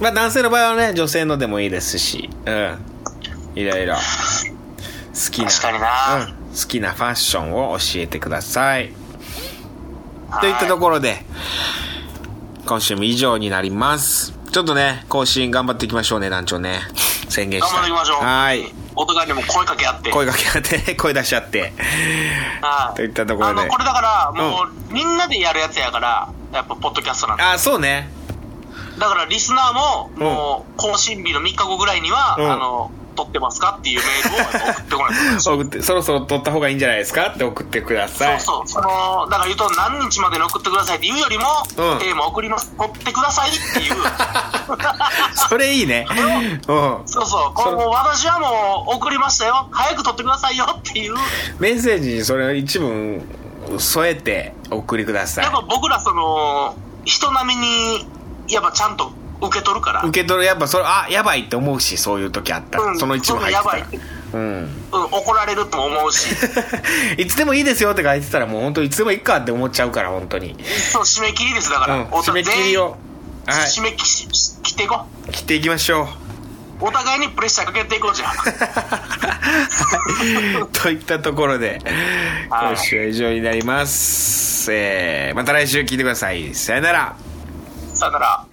Speaker 2: まあ男性の場合はね女性のでもいいですしうんいろいろ好きな
Speaker 3: 確かにな
Speaker 2: うん、好きなファッションを教えてください
Speaker 3: はい
Speaker 2: といったところで今週も以上になりますちょっとね更新頑張っていきましょうね団長ね宣言し
Speaker 3: 頑
Speaker 2: た
Speaker 3: 張っていきましょう。
Speaker 2: はい
Speaker 3: お互いにも声かけ合って。
Speaker 2: 声がけ合って声出し合って
Speaker 3: はい
Speaker 2: といったところで
Speaker 3: あの、これだから、もう、みんなでやるやつやから、やっぱ、ポッドキャストなんで。
Speaker 2: あそうね
Speaker 3: だから、リスナーも、
Speaker 2: ん
Speaker 3: もう、更新日の3日後ぐらいには、
Speaker 2: うん
Speaker 3: あの、撮ってますかっていうメールをやっぱ送ってこないといけない。
Speaker 2: 送ってそろそろ取った方がいいんじゃないですかって送ってください
Speaker 3: そうそう、その、だから言うと、何日までに送ってくださいって言うよりも、
Speaker 2: うん
Speaker 3: テーマ送ります、取ってくださいっ ていう。
Speaker 2: それいいねうん
Speaker 3: そうそう、こ
Speaker 2: それ
Speaker 3: うもう私はもう送りましたよ、早く取ってくださいよっ ていう、
Speaker 2: メッセージにそれを一文添えてお送りくださ
Speaker 3: やっぱ
Speaker 2: い
Speaker 3: 僕ら、その、人並みに、やっぱちゃんと受け取るから、
Speaker 2: 受け取るやっぱそれあやばいって思うしそういう時あったら、
Speaker 3: うん
Speaker 2: その一文入ってた
Speaker 3: そうやばいっ
Speaker 2: らうん
Speaker 3: うん、怒られるとも思うし、
Speaker 2: いつでもいいですよって書いてたらもう本当いつでもいいかって思っちゃうから本当に、
Speaker 3: そう締め切りです、だか
Speaker 2: う
Speaker 3: ら、
Speaker 2: ん、締め切りを
Speaker 3: 全員
Speaker 2: は
Speaker 3: 締め切し切っていこ
Speaker 2: い切っていきまし ょう
Speaker 3: う、お互いにプレッシャーかけていこうじゃん。
Speaker 2: といったところで
Speaker 3: はい
Speaker 2: 今週は以上になります、えーまた来週聞いてくださいさよなら
Speaker 3: さよなら。